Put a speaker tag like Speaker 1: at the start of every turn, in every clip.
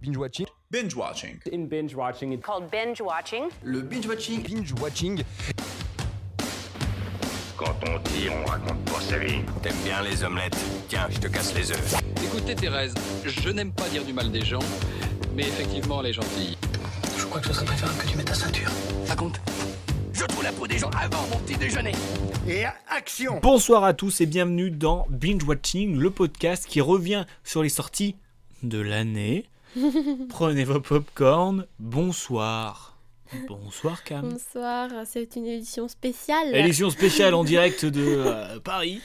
Speaker 1: Binge watching.
Speaker 2: Binge watching.
Speaker 3: In binge watching,
Speaker 4: called binge watching.
Speaker 5: Le binge watching.
Speaker 1: Binge watching.
Speaker 6: Quand on tire, on raconte pas sa vie. T'aimes bien les omelettes Tiens, je te casse les œufs.
Speaker 7: Écoutez Thérèse, je n'aime pas dire du mal des gens, mais effectivement elle est gentille.
Speaker 5: Je crois que ce serait préférable que tu mettes ta ceinture.
Speaker 6: Raconte. Je trouve la peau des gens avant mon petit déjeuner.
Speaker 5: Et action
Speaker 8: Bonsoir à tous et bienvenue dans Binge Watching, le podcast qui revient sur les sorties de l'année. Prenez vos popcorn. Bonsoir. Bonsoir Cam.
Speaker 9: Bonsoir, c'est une édition spéciale.
Speaker 8: Édition spéciale en direct de euh, Paris.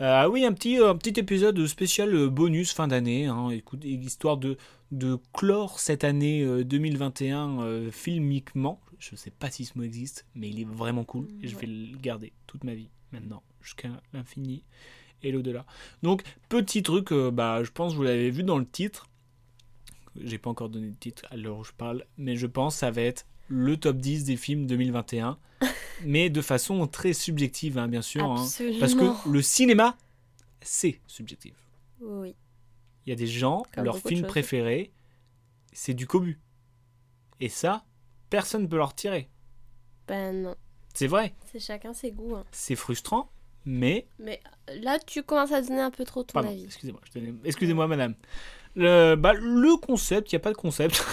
Speaker 8: Euh, oui, un petit, un petit épisode spécial euh, bonus fin d'année. hein. Écoute, histoire de, de clore cette année euh, 2021 euh, filmiquement. Je sais pas si ce mot existe, mais il est vraiment cool. Et je vais le garder toute ma vie maintenant, jusqu'à l'infini et l'au-delà. Donc, petit truc, euh, bah, je pense que vous l'avez vu dans le titre. J'ai pas encore donné de titre à l'heure où je parle, mais je pense que ça va être le top 10 des films 2021, mais de façon très subjective, hein, bien sûr. hein.
Speaker 9: Absolument.
Speaker 8: Parce que le cinéma, c'est subjectif.
Speaker 9: Oui.
Speaker 8: Il y a des gens,
Speaker 9: Comme
Speaker 8: leur
Speaker 9: beaucoup de
Speaker 8: film
Speaker 9: choses.
Speaker 8: préféré, c'est du cobu. Et ça, personne ne peut leur tirer.
Speaker 9: Ben non,
Speaker 8: C'est vrai,
Speaker 9: c'est chacun ses goûts. hein.
Speaker 8: c'est frustrant, mais...
Speaker 9: Mais là, tu commences à donner un peu trop ton
Speaker 8: Pardon,
Speaker 9: avis.
Speaker 8: excusez-moi, je tenais- excusez-moi madame. Le, bah, le concept, il n'y a pas de concept.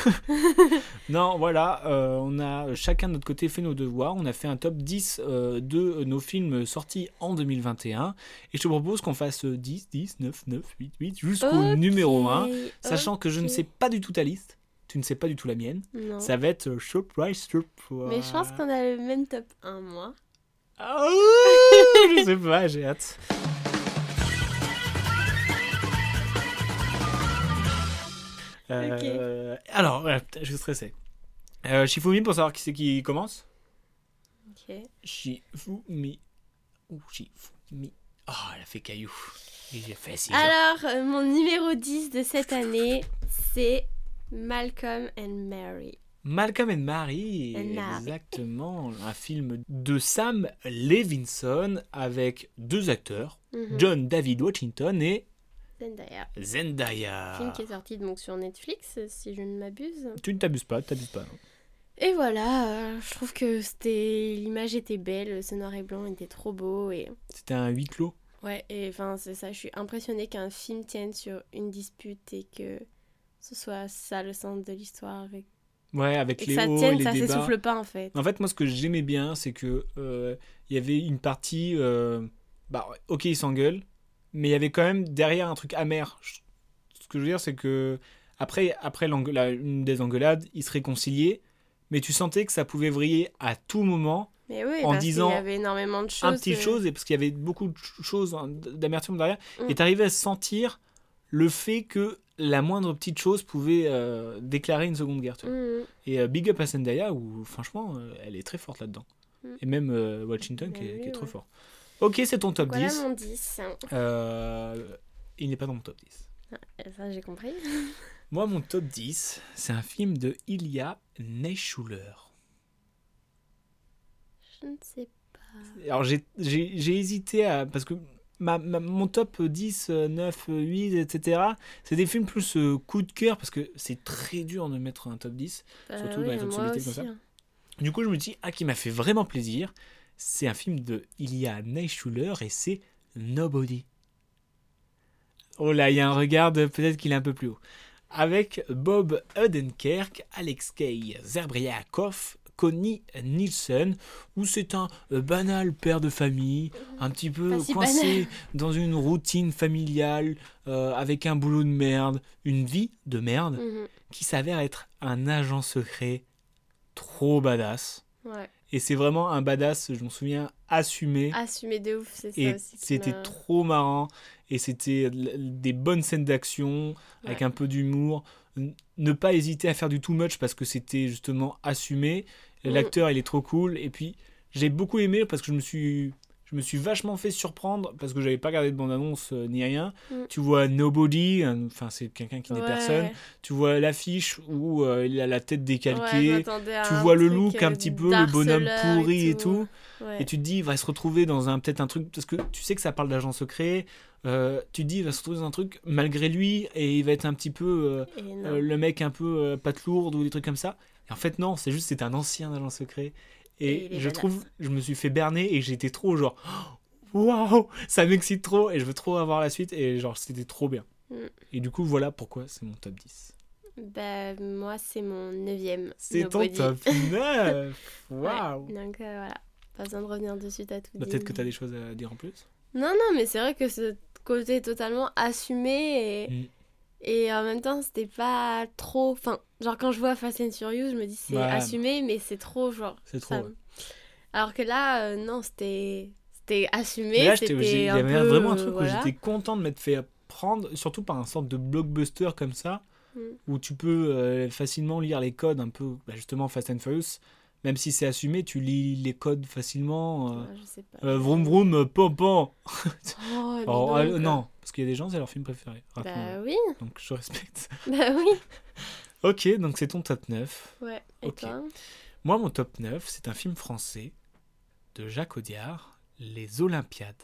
Speaker 8: non, voilà, euh, on a chacun de notre côté fait nos devoirs. On a fait un top 10 euh, de nos films sortis en 2021. Et je te propose qu'on fasse euh, 10, 10, 9, 9, 8, 8, jusqu'au
Speaker 9: Ok, oh,
Speaker 8: numéro 1. Sachant que je ne
Speaker 9: ok.
Speaker 8: sais pas du tout ta liste, tu ne sais pas du tout la mienne,
Speaker 9: Non.
Speaker 8: ça va être euh, surprise, surprise.
Speaker 9: Mais je pense qu'on a le même top 1 moi.
Speaker 8: Ah, je sais pas, j'ai hâte. Euh, Alors, ouais, putain, je suis stressé. Euh, Shifumi, pour savoir qui c'est qui commence
Speaker 9: Ok.
Speaker 8: Shifumi. Ou Shifumi. Oh, elle a fait caillou. Et J'ai fait si.
Speaker 9: Alors, euh, mon numéro 10 de cette année, c'est Malcolm and Mary.
Speaker 8: Malcolm and Mary,
Speaker 9: And Mary.
Speaker 8: exactement, un film de Sam Levinson avec deux acteurs,
Speaker 9: Mhm.
Speaker 8: John David Washington et
Speaker 9: Zendaya.
Speaker 8: Zendaya.
Speaker 9: Film qui est sorti donc sur Netflix, si je ne m'abuse.
Speaker 8: Tu ne t'abuses pas, t'abuses pas. non.
Speaker 9: Et voilà, euh, je trouve que c'était l'image était belle, ce noir et blanc était trop beau et
Speaker 8: C'était un huis clos.
Speaker 9: Ouais, et enfin, c'est ça, je suis impressionnée qu'un film tienne sur une dispute et que ce soit ça le centre de l'histoire. Et,
Speaker 8: Ouais, avec
Speaker 9: et que
Speaker 8: les
Speaker 9: ça
Speaker 8: hauts et
Speaker 9: tienne,
Speaker 8: les
Speaker 9: ça
Speaker 8: débats.
Speaker 9: s'essouffle pas en fait.
Speaker 8: En fait, moi, ce que j'aimais bien, c'est que euh, il y avait une partie. euh, bah, ok, ils s'engueulent, mais il y avait quand même derrière un truc amer. Je- Ce que je veux dire, c'est que après, après l'engue- la- une des engueulades, ils se réconciliaient, mais tu sentais que ça pouvait vriller à tout moment,
Speaker 9: Mais oui,
Speaker 8: en
Speaker 9: parce qu'il y
Speaker 8: disant
Speaker 9: avait énormément de choses.
Speaker 8: un petit
Speaker 9: euh,
Speaker 8: chose, et parce qu'il y avait beaucoup de ch- choses hein, d'amertume derrière,
Speaker 9: Mm.
Speaker 8: et t'arrivais à sentir le fait que la moindre petite chose pouvait euh, déclarer une seconde guerre. tu vois.
Speaker 9: Mhm.
Speaker 8: Et euh, Big Up à Zendaya, où franchement, euh, elle est très forte là-dedans.
Speaker 9: Mm.
Speaker 8: Et même euh, Washington,
Speaker 9: Bah
Speaker 8: qui est,
Speaker 9: oui,
Speaker 8: qui est trop
Speaker 9: ouais.
Speaker 8: fort. Ok, c'est ton top
Speaker 9: Voilà
Speaker 8: 10.
Speaker 9: mon 10.
Speaker 8: Euh, il n'est pas dans mon top 10.
Speaker 9: Ah, Ça, j'ai compris.
Speaker 8: Moi, mon top 10, c'est un film de Ilya Neischuler.
Speaker 9: Je ne sais pas.
Speaker 8: Alors, j'ai- j'ai j'ai hésité à. Parce que ma, ma- mon top 10, euh, 9, euh, 8, etc., c'est des films plus euh, coup de cœur, parce que c'est très dur de mettre un top 10.
Speaker 9: Bah
Speaker 8: Surtout dans les
Speaker 9: moi
Speaker 8: obscurités comme
Speaker 9: aussi,
Speaker 8: ça.
Speaker 9: hein.
Speaker 8: Du coup, je me dis, ah, qui m'a fait vraiment plaisir, c'est un film de Ilya Neischuler et c'est Nobody. Oh là, il y a un regard, de- peut-être qu'il est un peu plus haut. Avec Bob Odenkirk, Alex Kay, Zerbriakov, Connie Nielsen, où c'est un euh, banal père de famille, un petit peu
Speaker 9: Pas si
Speaker 8: coincé dans une routine familiale, euh, avec un boulot de merde, une vie de merde,
Speaker 9: Mhm.
Speaker 8: qui s'avère être un agent secret trop badass.
Speaker 9: Ouais.
Speaker 8: Et c'est vraiment un badass, je m'en souviens, assumé.
Speaker 9: Assumer de ouf, c'est Ah, ça
Speaker 8: et
Speaker 9: aussi. qui
Speaker 8: c'était
Speaker 9: m'a-
Speaker 8: trop marrant. Et c'était l- des bonnes scènes d'action, avec
Speaker 9: Ouais.
Speaker 8: un peu d'humour. N- Ne pas hésiter à faire du too much parce que c'était justement assumé.
Speaker 9: Mm.
Speaker 8: L'acteur, il est trop cool. Et puis, j'ai beaucoup aimé parce que je me suis, Je me suis vachement fait surprendre parce que j'avais pas regardé de bande-annonce euh, ni rien.
Speaker 9: Mm.
Speaker 8: Tu vois Nobody, un- enfin c'est quelqu'un qui n'est
Speaker 9: Ouais.
Speaker 8: personne. Tu vois l'affiche où euh, il a la tête
Speaker 9: Ouais, je
Speaker 8: décalquée.
Speaker 9: m'attendais à
Speaker 8: tu
Speaker 9: un
Speaker 8: vois le
Speaker 9: truc,
Speaker 8: look un
Speaker 9: euh,
Speaker 8: petit peu, le bonhomme
Speaker 9: d'harceleur
Speaker 8: pourri et tout.
Speaker 9: Ouais.
Speaker 8: Et tu te dis, il va se retrouver dans un peut-être un truc, parce que tu sais que ça parle d'agent secret, euh, tu te dis, il va se retrouver dans un truc malgré lui, et il va être un petit peu euh,
Speaker 9: Et non.
Speaker 8: euh, le mec un peu euh, patte lourde ou des trucs comme ça. Et en fait, non, c'est juste, c'est un ancien agent secret.
Speaker 9: Et il
Speaker 8: Et,
Speaker 9: est
Speaker 8: je
Speaker 9: badass.
Speaker 8: trouve, je me suis fait berner et j'étais trop genre, Oh, waouh, ça m'excite trop, et je veux trop avoir la suite, et genre, c'était trop bien.
Speaker 9: Mm.
Speaker 8: Et du coup, voilà pourquoi c'est mon top 10.
Speaker 9: Bah, moi, c'est mon neuvième.
Speaker 8: C'est ton
Speaker 9: Nobody.
Speaker 8: top 9
Speaker 9: Ouais,
Speaker 8: Waouh
Speaker 9: Donc euh, voilà, pas besoin de revenir dessus, t'as tout
Speaker 8: Bah,
Speaker 9: dit.
Speaker 8: Peut-être que tu as des choses à dire en plus
Speaker 9: Non, non, mais c'est vrai que ce côté est totalement assumé et,
Speaker 8: Mm.
Speaker 9: et en même temps, c'était pas trop. Enfin, genre quand je vois Fast and Furious, je me dis c'est
Speaker 8: Ouais.
Speaker 9: assumé, mais c'est trop genre.
Speaker 8: C'est trop,
Speaker 9: ça
Speaker 8: ouais.
Speaker 9: me- Alors que là, euh, non, c'était c'était
Speaker 8: Mais
Speaker 9: assumé.
Speaker 8: là, j'étais-
Speaker 9: c'était
Speaker 8: j'ai- il y
Speaker 9: un
Speaker 8: avait
Speaker 9: peu,
Speaker 8: vraiment un
Speaker 9: euh,
Speaker 8: truc
Speaker 9: voilà.
Speaker 8: où j'étais content de m'être fait prendre, surtout par un sorte de blockbuster comme ça,
Speaker 9: Mm.
Speaker 8: où tu peux euh, facilement lire les codes un peu, bah, justement Fast and Furious, même si c'est assumé, tu lis les codes facilement. euh,
Speaker 9: Ouais, je sais pas.
Speaker 8: euh, vroom vroom, euh, pom pom.
Speaker 9: Oh, mais
Speaker 8: Oh,
Speaker 9: donc,
Speaker 8: ah,
Speaker 9: euh,
Speaker 8: non, parce qu'il y a des gens, c'est leur film préféré.
Speaker 9: Bah
Speaker 8: raconte-moi.
Speaker 9: oui,
Speaker 8: Donc je respecte.
Speaker 9: bah oui.
Speaker 8: Ok, donc c'est ton top 9.
Speaker 9: Ouais, et
Speaker 8: Ok.
Speaker 9: toi
Speaker 8: Moi, mon top 9, c'est un film français de Jacques Audiard, Les Olympiades.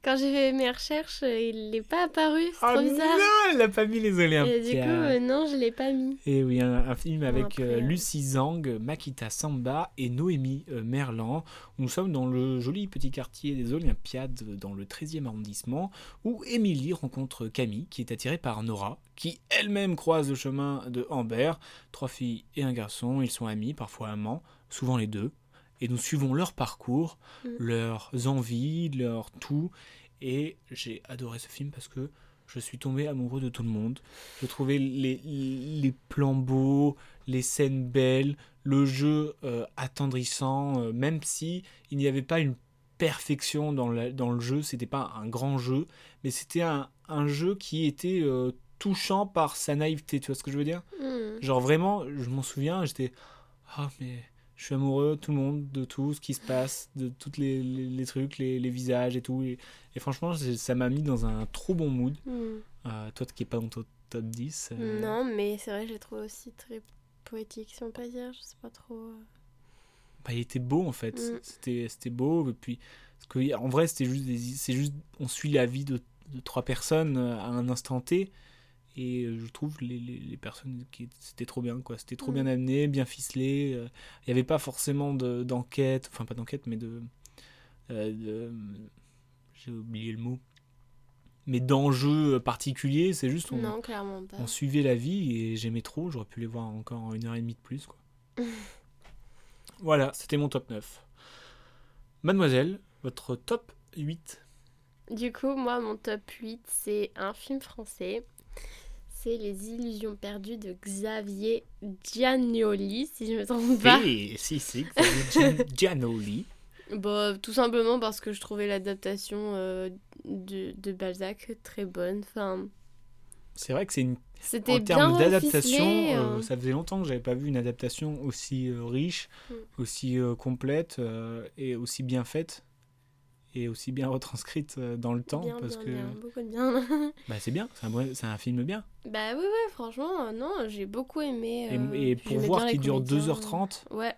Speaker 9: Quand j'ai fait mes recherches, euh, il n'est pas apparu, c'est
Speaker 8: Ah
Speaker 9: trop bizarre.
Speaker 8: non, elle n'a pas mis Les Olympiades.
Speaker 9: Et du coup, euh, non, je l'ai pas mis.
Speaker 8: Et oui, un, un film avec
Speaker 9: après,
Speaker 8: euh,
Speaker 9: euh,
Speaker 8: Lucie Zhang, Makita Samba et Noémie euh, Merlan. Nous sommes dans le joli petit quartier des Olympiades, euh, dans le 13e arrondissement, où Émilie rencontre Camille, qui est attirée par Nora, qui elle-même croise le chemin de Amber. Trois filles et un garçon, ils sont amis, parfois amants, souvent les deux. Et nous suivons leur parcours,
Speaker 9: Mm.
Speaker 8: leurs envies, leur tout. Et j'ai adoré ce film parce que je suis tombé amoureux de tout le monde. Je trouvais les, les plans beaux, les scènes belles, le jeu euh, attendrissant, euh, même si il n'y avait pas une perfection dans, la- dans le jeu, c'était pas un grand jeu, mais c'était un, un jeu qui était euh, touchant par sa naïveté, tu vois ce que je veux dire
Speaker 9: Hmm.
Speaker 8: Genre vraiment, je m'en souviens, j'étais ah mais je suis amoureux de tout le monde, de tout ce qui se passe, de tous les, les- les trucs, les, les visages et tout. Et, et franchement, c'est- ça m'a mis dans un trop bon mood.
Speaker 9: Hmm.
Speaker 8: Euh, toi qui est pas dans ton top 10. euh,
Speaker 9: Non, mais c'est vrai, je l'ai trouvé aussi très poétique, si on peut dire. Je sais pas trop. euh.
Speaker 8: bah, il était beau en fait.
Speaker 9: Mm.
Speaker 8: C'était, c'était beau. Et puis, parce que, en vrai, c'était juste, des, c'est juste, on suit la vie de, de trois personnes euh, à un instant T. Et euh, je trouve les, les, les personnes qui c'était trop bien quoi, c'était trop
Speaker 9: Mm.
Speaker 8: bien amené, bien ficelé. euh, Il n'y avait pas forcément de, d'enquête, enfin pas d'enquête, mais de, euh, de- j'ai oublié le mot, mais d'enjeu particulier. C'est juste on,
Speaker 9: Non, clairement pas.
Speaker 8: on suivait la vie et j'aimais trop. J'aurais pu les voir encore en une heure et demie de plus. Quoi. voilà, c'était mon top 9. Mademoiselle, votre top 8.
Speaker 9: Du coup, moi, mon top 8, c'est un film français. C'est Les Illusions perdues de Xavier Giannoli, si je me trompe pas.
Speaker 8: Et si, si, Xavier Gian- Giannoli.
Speaker 9: Bah, tout simplement parce que je trouvais l'adaptation euh, de, de Balzac très bonne. Enfin,
Speaker 8: C'est vrai que c'est une.
Speaker 9: c'était
Speaker 8: En
Speaker 9: bien
Speaker 8: termes d'adaptation,
Speaker 9: ficelé,
Speaker 8: euh,
Speaker 9: euh.
Speaker 8: ça faisait longtemps que j'avais pas vu une adaptation aussi euh, riche,
Speaker 9: Mm.
Speaker 8: aussi euh, complète euh, et aussi bien faite et aussi bien retranscrite euh, dans le temps
Speaker 9: Bien,
Speaker 8: parce
Speaker 9: bien,
Speaker 8: que
Speaker 9: bien, beaucoup de bien.
Speaker 8: Bah, c'est bien, c'est un, bon- c'est un film bien.
Speaker 9: bah oui, ouais, franchement, euh, non, j'ai beaucoup aimé.
Speaker 8: Et-
Speaker 9: euh,
Speaker 8: et
Speaker 9: puis
Speaker 8: pour
Speaker 9: j'aimais
Speaker 8: voir
Speaker 9: bien les
Speaker 8: qu'il dure
Speaker 9: comédiens.
Speaker 8: 2h30,
Speaker 9: Ouais,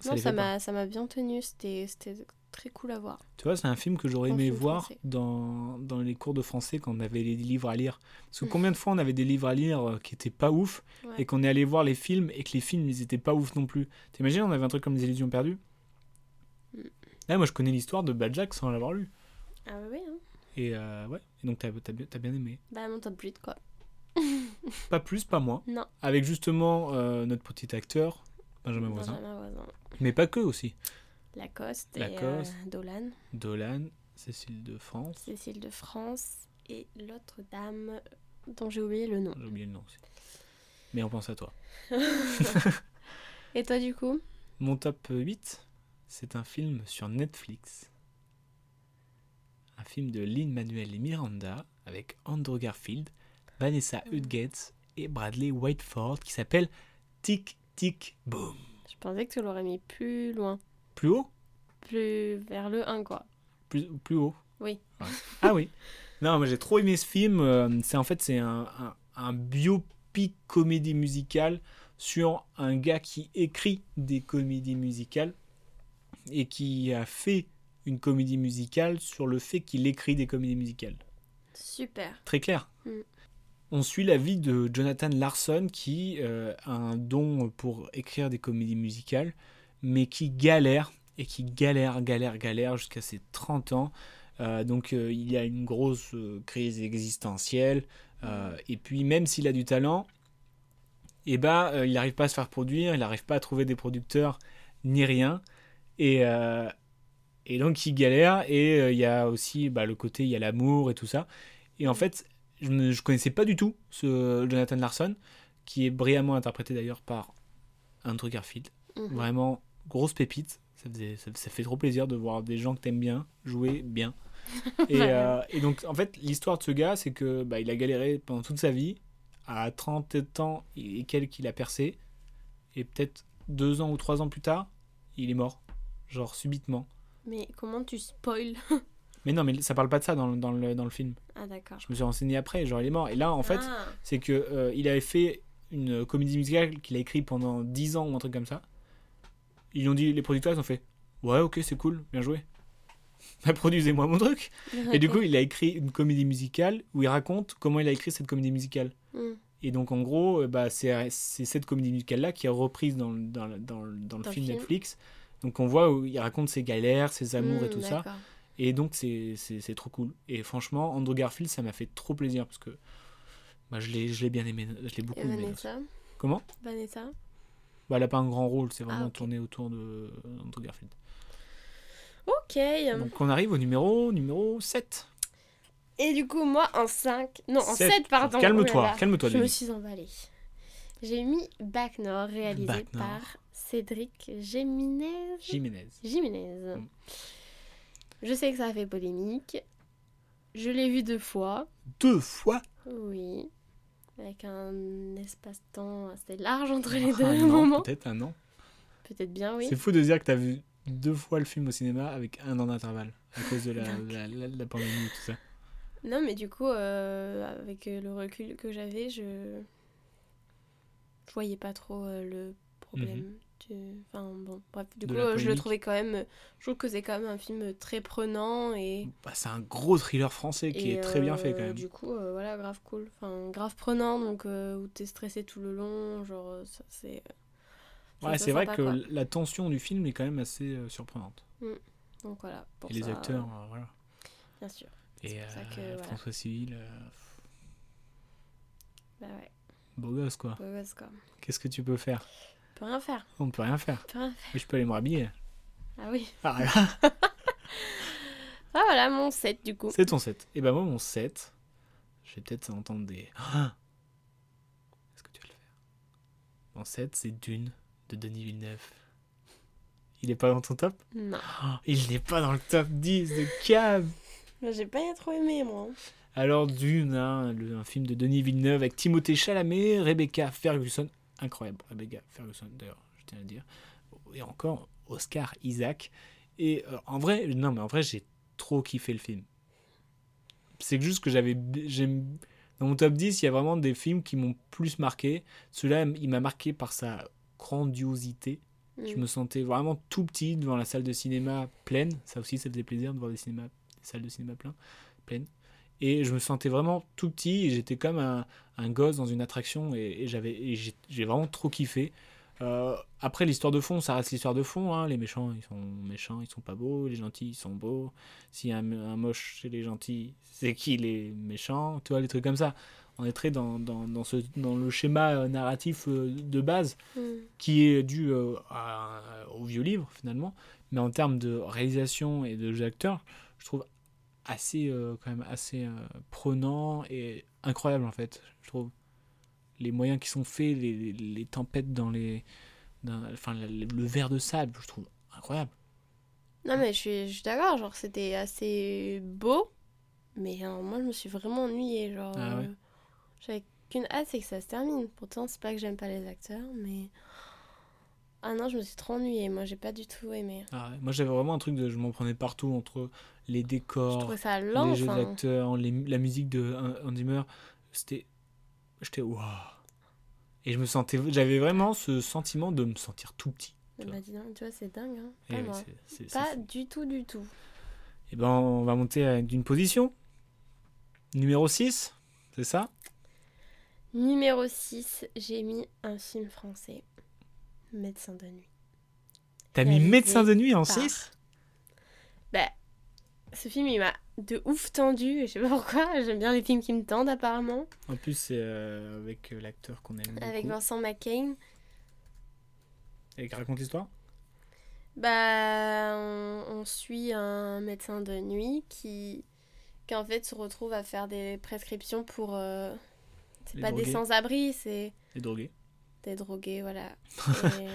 Speaker 8: ça
Speaker 9: non,
Speaker 8: les
Speaker 9: ça
Speaker 8: fait pas.
Speaker 9: m'a ça m'a bien tenu, c'était c'était très cool à voir.
Speaker 8: Tu vois, c'est un film que j'aurais
Speaker 9: Un
Speaker 8: aimé
Speaker 9: film
Speaker 8: voir
Speaker 9: français.
Speaker 8: dans, dans les cours de français quand on avait les livres à lire. Parce que combien de fois on avait des livres à lire euh, qui étaient pas ouf
Speaker 9: Mm. Ouais.
Speaker 8: et qu'on est allé voir les films et que les films ils étaient pas ouf non plus. T'imagines, on avait un truc comme Les Illusions perdues
Speaker 9: Mm.
Speaker 8: Là, moi je connais l'histoire de Bad Jack sans l'avoir lu.
Speaker 9: Ah bah oui, hein.
Speaker 8: Et euh, ouais, et donc t'as t'as bien t'as bien aimé.
Speaker 9: bah mon top 8 quoi.
Speaker 8: Pas plus, pas moins.
Speaker 9: Non.
Speaker 8: Avec justement euh, notre petit acteur, Benjamin Voisin.
Speaker 9: Benjamin Voisin.
Speaker 8: Mais pas que aussi.
Speaker 9: Lacoste,
Speaker 8: Lacoste.
Speaker 9: et euh, Dolan,
Speaker 8: Dolan, Cécile de France.
Speaker 9: Cécile de France et l'autre dame dont j'ai oublié le nom.
Speaker 8: J'ai oublié le nom aussi. Mais on pense à toi.
Speaker 9: Et toi du coup
Speaker 8: Mon top 8, c'est un film sur Netflix. Un film de Lin-Manuel Miranda avec Andrew Garfield, Vanessa Hudgens et Bradley Whiteford qui s'appelle Tic Tic Boom.
Speaker 9: Je pensais que tu l'aurais mis plus loin.
Speaker 8: Plus haut
Speaker 9: Plus vers le 1, quoi.
Speaker 8: plus, plus haut.
Speaker 9: Oui.
Speaker 8: Ouais. Ah oui. Non, mais j'ai trop aimé ce film. Euh, C'est en fait c'est un, un, un biopic comédie musicale sur un gars qui écrit des comédies musicales et qui a fait une comédie musicale sur le fait qu'il écrit des comédies musicales.
Speaker 9: Super.
Speaker 8: Très clair.
Speaker 9: Mm.
Speaker 8: On suit la vie de Jonathan Larson qui euh, a un don pour écrire des comédies musicales, mais qui galère et qui galère, galère, galère jusqu'à ses 30 ans. Euh, donc euh, il a une grosse euh, crise existentielle. euh, et puis même s'il a du talent, eh ben, euh, il n'arrive pas à se faire produire, il n'arrive pas à trouver des producteurs ni rien. Et, euh, et donc il galère. Et euh, il y a aussi bah, le côté, il y a l'amour et tout ça. Et en fait, je ne je connaissais pas du tout ce Jonathan Larson, qui est brillamment interprété d'ailleurs par Andrew Garfield.
Speaker 9: Mhm.
Speaker 8: Vraiment grosse pépite. Ça, faisait- ça- ça fait trop plaisir de voir des gens que t'aimes bien jouer bien. Et, euh, et donc, en fait, l'histoire de ce gars, c'est que bah, il a galéré pendant toute sa vie. À 30 ans et quelques, il a percé. Et peut-être deux ans ou trois ans plus tard, il est mort. Genre subitement.
Speaker 9: Mais comment tu spoil
Speaker 8: Mais non, mais ça parle pas de ça dans, le- dans le, dans le film.
Speaker 9: Ah, d'accord. Ah.
Speaker 8: Je me suis renseigné après, genre il est mort. Et là, en fait, c'est que euh, il avait fait une comédie musicale qu'il a écrite pendant 10 ans ou un truc comme ça. Ils lui ont dit, les producteurs, ils ont fait Ouais, ok, c'est cool, bien joué. Bah, Produisez-moi mon truc. Et du coup, il a écrit une comédie musicale où il raconte comment il a écrit cette comédie musicale. Et donc, en gros, euh, bah, c'est c'est cette comédie musicale-là qui est reprise dans, le- dans le- dans le- dans le
Speaker 9: Dans le
Speaker 8: film
Speaker 9: film.
Speaker 8: Netflix. Donc, on voit où il raconte ses galères, ses amours
Speaker 9: Hmm,
Speaker 8: et tout ça. Et donc, c'est- c'est c'est trop cool. Et franchement, Andrew Garfield, ça m'a fait trop plaisir parce que bah, je l'ai je l'ai bien aimé, je l'ai beaucoup
Speaker 9: Et
Speaker 8: aimé.
Speaker 9: Vanessa
Speaker 8: Comment
Speaker 9: Vanessa
Speaker 8: bah, Elle a pas un grand rôle, c'est vraiment
Speaker 9: Ah, ok.
Speaker 8: tourné autour de Andrew Garfield.
Speaker 9: Ah, Ok.
Speaker 8: Donc, on arrive au numéro, numéro 7.
Speaker 9: Et du coup, moi, en 5... Non, en
Speaker 8: Sept.
Speaker 9: 7, pardon.
Speaker 8: Calme-toi,
Speaker 9: Oh là là.
Speaker 8: calme-toi,
Speaker 9: Je me
Speaker 8: Denis.
Speaker 9: suis emballée. J'ai mis Bac Nord, réalisé
Speaker 8: Bac Nord.
Speaker 9: par Cédric Géminez.
Speaker 8: Jiménez.
Speaker 9: Jiménez.
Speaker 8: Mm.
Speaker 9: Je sais que ça a fait polémique. Je l'ai vu deux fois.
Speaker 8: Deux fois
Speaker 9: Oui. Avec un espace-temps assez large entre les deux
Speaker 8: un an,
Speaker 9: moments.
Speaker 8: Ah, peut-être un an.
Speaker 9: Peut-être bien, oui.
Speaker 8: C'est fou de dire que t'as vu deux fois le film au cinéma avec un an d'intervalle à cause de la, la, la- la pandémie et tout ça.
Speaker 9: Non, mais du coup, euh, avec euh, le recul que j'avais, je... je voyais pas trop euh, le problème. du- Enfin, bon, bref. Du
Speaker 8: Mhm. De
Speaker 9: coup,
Speaker 8: la
Speaker 9: euh, je le
Speaker 8: polémique.
Speaker 9: trouvais quand même. Je trouve que c'est quand même un film très prenant et.
Speaker 8: Bah, c'est un gros thriller français qui
Speaker 9: et,
Speaker 8: est très bien fait
Speaker 9: euh,
Speaker 8: quand même.
Speaker 9: Du coup, euh, voilà, grave cool. Enfin, grave prenant, donc euh, où t'es stressé tout le long. Genre, euh, ça, c'est. je
Speaker 8: Ouais,
Speaker 9: trouve
Speaker 8: c'est
Speaker 9: ça
Speaker 8: vrai
Speaker 9: sympa,
Speaker 8: que
Speaker 9: quoi.
Speaker 8: la tension du film est quand même assez euh, surprenante.
Speaker 9: Donc voilà. pour
Speaker 8: Et les
Speaker 9: ça,
Speaker 8: acteurs, euh, voilà.
Speaker 9: Bien sûr. C'est
Speaker 8: Et
Speaker 9: pour ça
Speaker 8: euh,
Speaker 9: que, voilà.
Speaker 8: François Civil, euh,
Speaker 9: Bah ouais,
Speaker 8: beau gosse quoi.
Speaker 9: beau gosse, quoi.
Speaker 8: Qu'est-ce que tu peux faire
Speaker 9: Peut rien faire.
Speaker 8: On peut rien faire.
Speaker 9: Peut rien faire.
Speaker 8: Mais je peux aller me rhabiller.
Speaker 9: Ah oui.
Speaker 8: Ah, là,
Speaker 9: Ah voilà, mon set, du coup.
Speaker 8: c'est ton 7. Et ben moi mon 7, je vais peut-être entendre des. Ah Est-ce que tu vas le faire Mon 7, c'est Dune de Denis Villeneuve. Il est pas dans ton top
Speaker 9: Non.
Speaker 8: Oh, Il n'est pas dans le top 10 de Cave
Speaker 9: J'ai pas trop aimé, moi.
Speaker 8: Alors Dune, hein, le- un film de Denis Villeneuve avec Timothée Chalamet, Rebecca Ferguson, incroyable, Rebecca Ferguson d'ailleurs, je tiens à le dire, et encore Oscar Isaac. Et euh, en vrai, non mais en vrai j'ai trop kiffé le film. C'est juste que j'avais, j'aime, dans mon top 10, il y a vraiment des films qui m'ont plus marqué. Celui-là, il m'a marqué par sa grandiosité. Je
Speaker 9: Mm.
Speaker 8: me sentais vraiment tout petit devant la salle de cinéma pleine. Ça aussi, ça faisait plaisir de voir des, cinémas, des salles de cinéma plein, pleines. Et je me sentais vraiment tout petit. et J'étais comme un, un gosse dans une attraction et, et j'avais, et j'ai, j'ai vraiment trop kiffé. Euh, après, l'histoire de fond, ça reste l'histoire de fond. hein. Les méchants, ils sont méchants, ils sont pas beaux. Les gentils, ils sont beaux. Si un, un moche, c'est les gentils, c'est qui les méchants Tu vois, les trucs comme ça. On est très dans, dans, dans ce, dans le schéma euh, narratif euh, de base
Speaker 9: Mm.
Speaker 8: qui est dû euh, à- au vieux livre finalement, mais en termes de réalisation et de jeu d'acteur, je trouve assez euh, quand même assez euh, prenant et incroyable en fait. Je trouve les moyens qui sont faits, les, les- les tempêtes dans les, dans- enfin la- le, verre de sable, je trouve incroyable.
Speaker 9: Non, mais je suis, je suis d'accord, genre, c'était assez beau. Mais hein, moi, je me suis vraiment ennuyée, genre.
Speaker 8: Ah ouais
Speaker 9: euh, J'avais qu'une hâte, c'est que ça se termine. Pourtant, c'est pas que j'aime pas les acteurs, mais. Ah non, je me suis trop ennuyée. Moi, j'ai pas du tout aimé.
Speaker 8: Ah ouais. Moi, j'avais vraiment un truc de. Je m'en prenais partout entre les
Speaker 9: Je
Speaker 8: décors,
Speaker 9: trouvais ça lent.
Speaker 8: les jeux
Speaker 9: enfin.
Speaker 8: d'acteurs, les- la musique de Han- Hans Zimmer. C'était. J'étais. Waouh Et je me sentais. J'avais vraiment ce sentiment de me sentir tout petit.
Speaker 9: Bah, dis donc, tu vois, c'est dingue. hein.
Speaker 8: Et
Speaker 9: Pas
Speaker 8: ouais,
Speaker 9: moi.
Speaker 8: Eh c'est- c'est- c'est
Speaker 9: Pas
Speaker 8: fou.
Speaker 9: du tout, du tout.
Speaker 8: Eh ben, on va monter à- d'une position. Numéro 6, c'est ça
Speaker 9: Numéro 6, j'ai mis un film français. Médecin de nuit.
Speaker 8: T'as mis
Speaker 9: Réalisé
Speaker 8: Médecin de nuit en
Speaker 9: par-
Speaker 8: 6
Speaker 9: Bah, Ce film, il m'a de ouf tendu. Je sais pas pourquoi. J'aime bien les films qui me tendent, apparemment.
Speaker 8: En plus, c'est euh, avec euh, l'acteur qu'on aime.
Speaker 9: Avec
Speaker 8: beaucoup.
Speaker 9: Vincent McCain.
Speaker 8: Et qui raconte l'histoire
Speaker 9: Bah, on, on suit un médecin de nuit qui, qui en fait se retrouve à faire des prescriptions pour. euh, c'est
Speaker 8: Les
Speaker 9: pas des
Speaker 8: drogués.
Speaker 9: sans-abri, c'est
Speaker 8: Les drogués.
Speaker 9: des drogués, voilà. Et-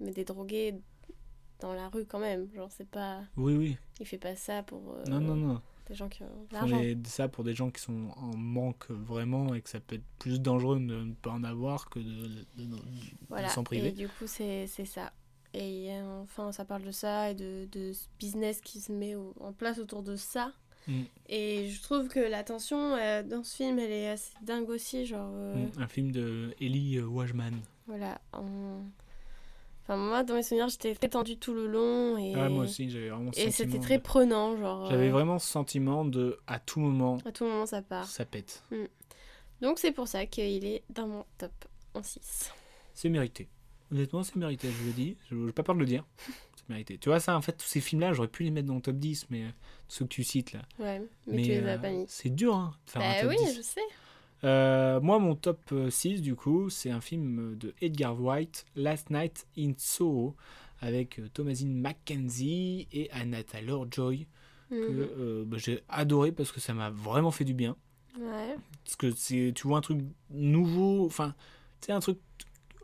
Speaker 9: mais des drogués dans la rue quand même. Genre, c'est pas.
Speaker 8: Oui, oui.
Speaker 9: Il fait pas ça pour euh,
Speaker 8: Non, non, non.
Speaker 9: des gens qui ont de
Speaker 8: Font
Speaker 9: l'argent.
Speaker 8: des- ça pour des gens qui sont en manque euh, vraiment et que ça peut être plus dangereux de ne pas en avoir que de, de- de- de
Speaker 9: Voilà.
Speaker 8: s'en
Speaker 9: Et
Speaker 8: priver.
Speaker 9: du coup, c'est c'est ça. Et euh, enfin, ça parle de ça et de, de ce business qui se met au- en place autour de ça.
Speaker 8: Mm.
Speaker 9: Et je trouve que la tension euh, dans ce film, elle est assez dingue aussi. Genre, euh,
Speaker 8: Mm, Un film de Ellie euh, Wajman.
Speaker 9: voilà. on- Enfin, moi, dans mes souvenirs, j'étais très tendue tout le long. Et,
Speaker 8: Ouais, Ah, moi aussi, j'avais vraiment ce
Speaker 9: Et
Speaker 8: sentiment
Speaker 9: c'était très
Speaker 8: de-
Speaker 9: prenant. Genre,
Speaker 8: J'avais
Speaker 9: euh,
Speaker 8: vraiment ce sentiment de, à tout moment,
Speaker 9: À tout moment, ça part.
Speaker 8: ça pète.
Speaker 9: Donc, c'est pour ça qu'il est dans mon top en 6.
Speaker 8: C'est mérité. Honnêtement, c'est mérité, je le dis. Je n'ai pas peur de le dire. C'est mérité. Tu vois, ça, en fait, tous ces films-là, j'aurais pu les mettre dans le top 10, mais euh, ceux que tu cites, là.
Speaker 9: Ouais, mais, tu les as
Speaker 8: euh,
Speaker 9: pas mis.
Speaker 8: C'est dur, hein, de faire un
Speaker 9: Bah
Speaker 8: top
Speaker 9: oui,
Speaker 8: 10.
Speaker 9: je sais.
Speaker 8: Euh, moi, mon top 6, du coup, c'est un film de Edgar White, Last Night in Soho, avec euh, Thomasine McKenzie et Anna Taylor-Joy, que
Speaker 9: Mhm.
Speaker 8: euh, bah, j'ai adoré parce que ça m'a vraiment fait du bien.
Speaker 9: Ouais.
Speaker 8: Parce que c'est- tu vois un truc nouveau, enfin, tu sais, un truc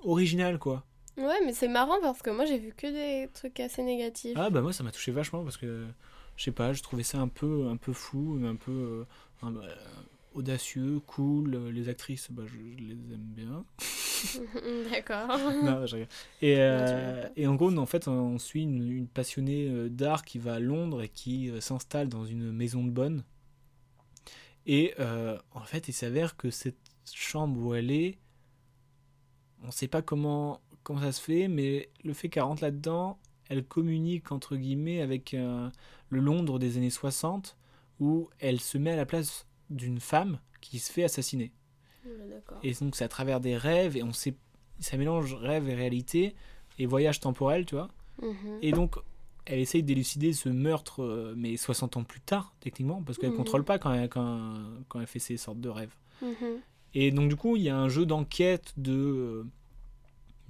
Speaker 8: original, quoi.
Speaker 9: Ouais, mais c'est marrant parce que moi j'ai vu que des trucs assez négatifs.
Speaker 8: Ah bah moi ça m'a touché vachement parce que je sais pas, je trouvais ça un peu un peu fou, un peu euh, un- euh, audacieux, cool. Euh, Les actrices, bah, je, je les aime bien.
Speaker 9: Mm, D'accord.
Speaker 8: Non, je rigole. et, euh,
Speaker 9: l'aimes pas.
Speaker 8: et en gros, en fait, on suit une, une passionnée euh, d'art qui va à Londres et qui euh, s'installe dans une maison de bonne. Et euh, en fait, il s'avère que cette chambre où elle est, on sait pas comment, comment ça se fait, mais le fait qu'elle rentre là-dedans, elle communique entre guillemets avec euh, le Londres des années 60 où elle se met à la place d'une femme qui se fait assassiner.
Speaker 9: D'accord.
Speaker 8: Et donc c'est à travers des rêves et on sait, ça mélange rêve et réalité et voyage temporel, tu vois.
Speaker 9: Mhm.
Speaker 8: Et donc elle essaye d'élucider ce meurtre, euh, mais 60 ans plus tard, techniquement, parce qu'elle
Speaker 9: Mhm.
Speaker 8: contrôle pas quand elle, quand, quand elle fait ces sortes de rêves.
Speaker 9: Mhm.
Speaker 8: Et donc du coup, il y a un jeu d'enquête de,